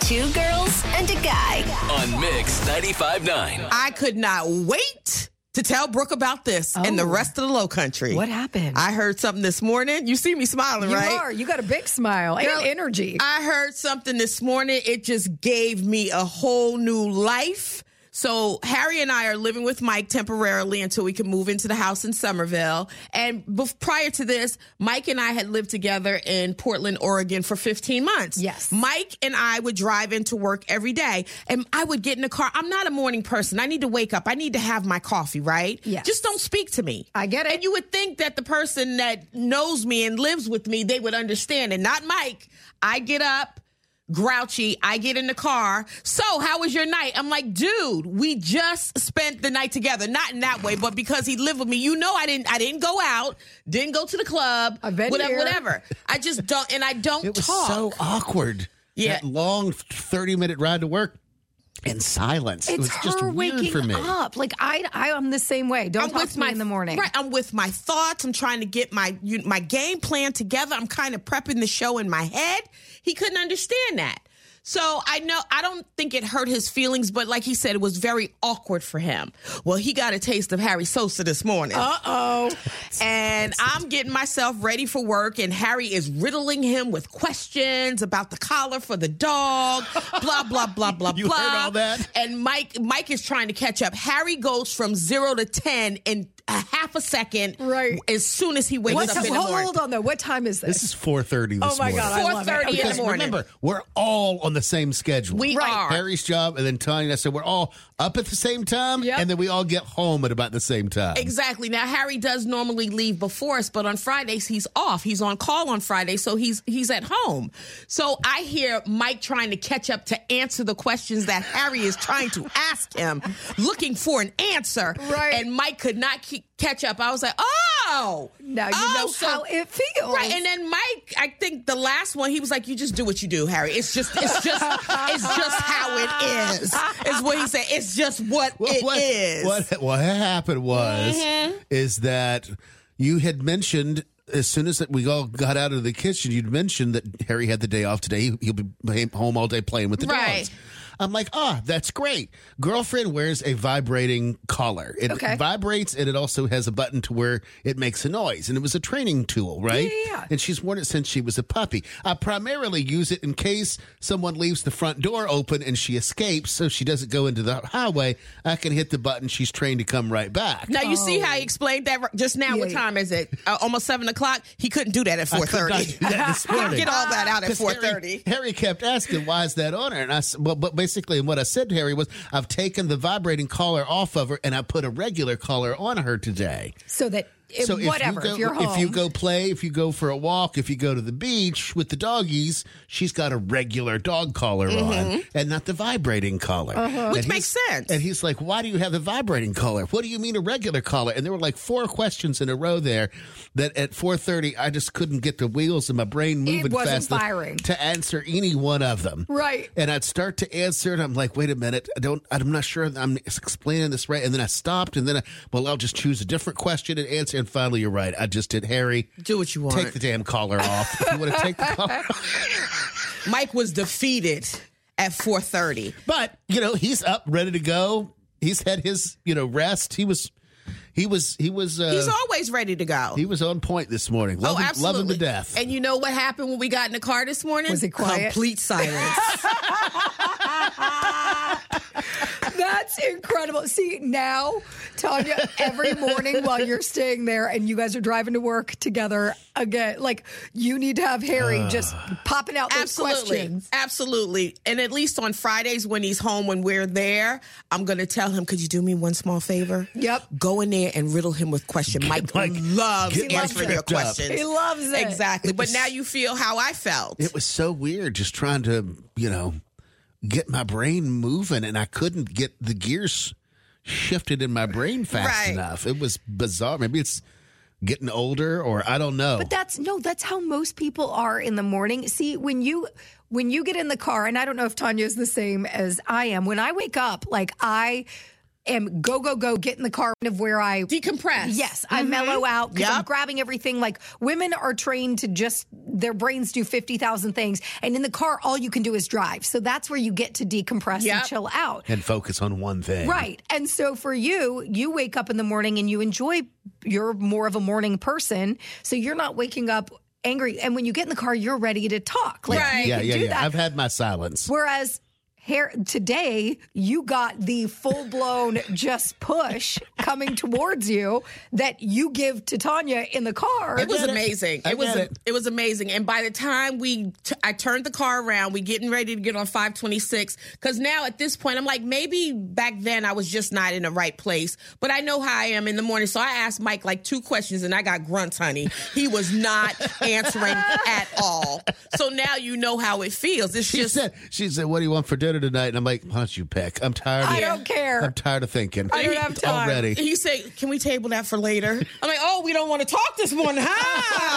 Two girls and a guy. on Mix 95.9. I could not wait to tell Brooke about this and the Oh. rest of the low country. What happened? I heard something this morning. You see me smiling, you right? are. You got a big smile Girl, and energy. I heard something this morning. It just gave me a whole new life. So Harry and I are living with Mike temporarily until we can move into the house in Somerville. And bef- prior to this, Mike and I had lived together in Portland, Oregon for 15 months. Yes. Mike and I would drive into work every day and I would get in the car. I'm not a morning person. I need to wake up. I need to have my coffee, right? Yes. Just don't speak to me. I get it. And you would think that the person that knows me and lives with me, they would understand, and not Mike. I get up, grouchy. I get in the car. So, how was your night? I'm like, dude, we just spent the night together. Not in that way, but because he lived with me. You know, I didn't. I didn't go out. Didn't go to the club. I've been whatever, here. whatever. I just don't, and I don't It was talk. so awkward. Yeah. That long 30 minute ride to work and silence. it it's was her just weird waking for me. Oh. up. Like I, I am the same way. Don't talk to me in the morning. Right, I'm with my thoughts. I'm trying to get my you, my game plan together. I'm kind of prepping the show in my head. He couldn't understand that. So I know I don't think it hurt his feelings, but like he said, it was very awkward for him. Well, he got a taste of Harry Sosa this morning. Uh oh. and I'm getting myself ready for work, and Harry is riddling him with questions about the collar for the dog, blah blah blah blah You blah. heard all that? And Mike Mike is trying to catch up. Harry goes from zero to ten in a half a second. Right. As soon as he wakes What up time, in the hold, morning. hold on though. What time is this? This is 4.30 this oh my morning. god! I love it. 4:30 in the Okay. Because morning. remember, we're all on the same schedule. We Right. are. Harry's job and then Tanya and I said we're all up at the same time Yep. and then we all get home at about the same time. Exactly. Now Harry does normally leave before us, but on Fridays he's off. He's on call on Friday, so he's he's at home. So I hear Mike trying to catch up to answer the questions that Harry is trying to ask him, looking for an answer. Right. And Mike could not keep, catch up. I was like, oh, Now you Oh, know so- how it feels. Right, and then Mike, I think the last one, he was like, "You just do what you do, Harry. It's just, it's just, it's just how it is." Is what he said. It's just what Well, it is. Mm-hmm. what, What, what happened was is that you had mentioned as soon as that we all got out of the kitchen, you'd mentioned that Harry had the day off today. He- He'll be playing- home all day playing with the Right. dogs. I'm like, ah, that's great. Girlfriend wears a vibrating collar. It Okay. vibrates and it also has a button to where it makes a noise. And it was a training tool, right? Yeah, yeah, yeah. And she's worn it since she was a puppy. I primarily use it in case someone leaves the front door open and she escapes so she doesn't go into the highway. I can hit the button. She's trained to come right back. Now you see how he explained that r- just now. What Oh. Yeah. time is it? Uh, almost seven o'clock. He couldn't do that at four I could not thirty. do that this morning. Get all that out at 'Cause four Harry- thirty. Harry, kept asking, "Why is that on her?" And I, s- well, but basically, what I said to Harry was, "I've taken the vibrating collar off of her, and I put a regular collar on her today." so that if, so whatever, if you go, if you're home, you go play, if you go for a walk, if you go to the beach with the doggies, she's got a regular dog collar Mm-hmm. on and not the vibrating collar, Uh-huh. Which And makes he's- sense. And he's like, "Why do you have the vibrating collar? What do you mean a regular collar?" And there were like four questions in a row there that at four thirty I just couldn't get the wheels in my brain moving wasn't fast enough firing. to answer any one of them. Right. And I'd start to answer, and I'm like, wait a minute, I don't, I'm not sure I'm explaining this right. And then I stopped, and then I, well, I'll just choose a different question and answer. And finally, you're right. I just did Harry. Do what you want. Take the damn collar off. if you want to take the collar off. Mike was defeated at four thirty. But, you know, he's up, ready to go. He's had his, you know, rest. He was, he was, he was, uh, He's always ready to go. he was on point this morning. Love, oh, him, absolutely. love him to death. And you know what happened when we got in the car this morning? Was it quiet? Complete silence. That's incredible. See, now, Tanya, every morning while you're staying there and you guys are driving to work together again, like you need to have Harry just Ah. popping out those questions. Absolutely. And at least on Fridays when he's home, when we're there, I'm going to tell him, could you do me one small favor? Yep. Go in there and riddle him with questions. Mike, Mike, loves get Mike answering your tripped up. questions. He loves it. Exactly. but now you feel how I felt. It was so weird just trying to, you know, get my brain moving and I couldn't get the gears shifted in my brain fast Right. enough. It was bizarre. Maybe it's getting older or I don't know. But that's no, that's how most people are in the morning. See, when you when you get in the car, and I don't know if Tanya is the same as I am. When I wake up, like I am go, go, go, get in the car of where I Decompress. Yes, I mellow out because I'm Mm-hmm. Yep. grabbing everything. Like women are trained to just their brains do fifty thousand things, and in the car, all you can do is drive. So that's where you get to decompress Yep. and chill out. and focus on one thing. Right. And so for you, you wake up in the morning and you enjoy, you're more of a morning person. So you're not waking up angry. And when you get in the car, you're ready to talk. Like, Right. you Yeah, can yeah, do yeah. that. I've had my silence. Whereas here today, you got the full blown just push coming towards you that you give to Tanya in the car. It was get it. amazing. I it was get a- it. was amazing. And by the time we t- I turned the car around, we getting ready to get on 526 cuz now at this point I'm like maybe back then I was just not in the right place, but I know how I am in the morning. So I asked Mike like two questions and I got grunts, honey. He was not answering at all. So now you know how it feels. It's She just said, "She said, what do you want for dinner tonight?" And I'm like, "Why don't you pick? I'm tired. Of, I don't care. I'm tired of thinking. I don't have time. already." He said, "Can we table that for later?" I'm like, "Oh, we don't want to talk this morning, huh?"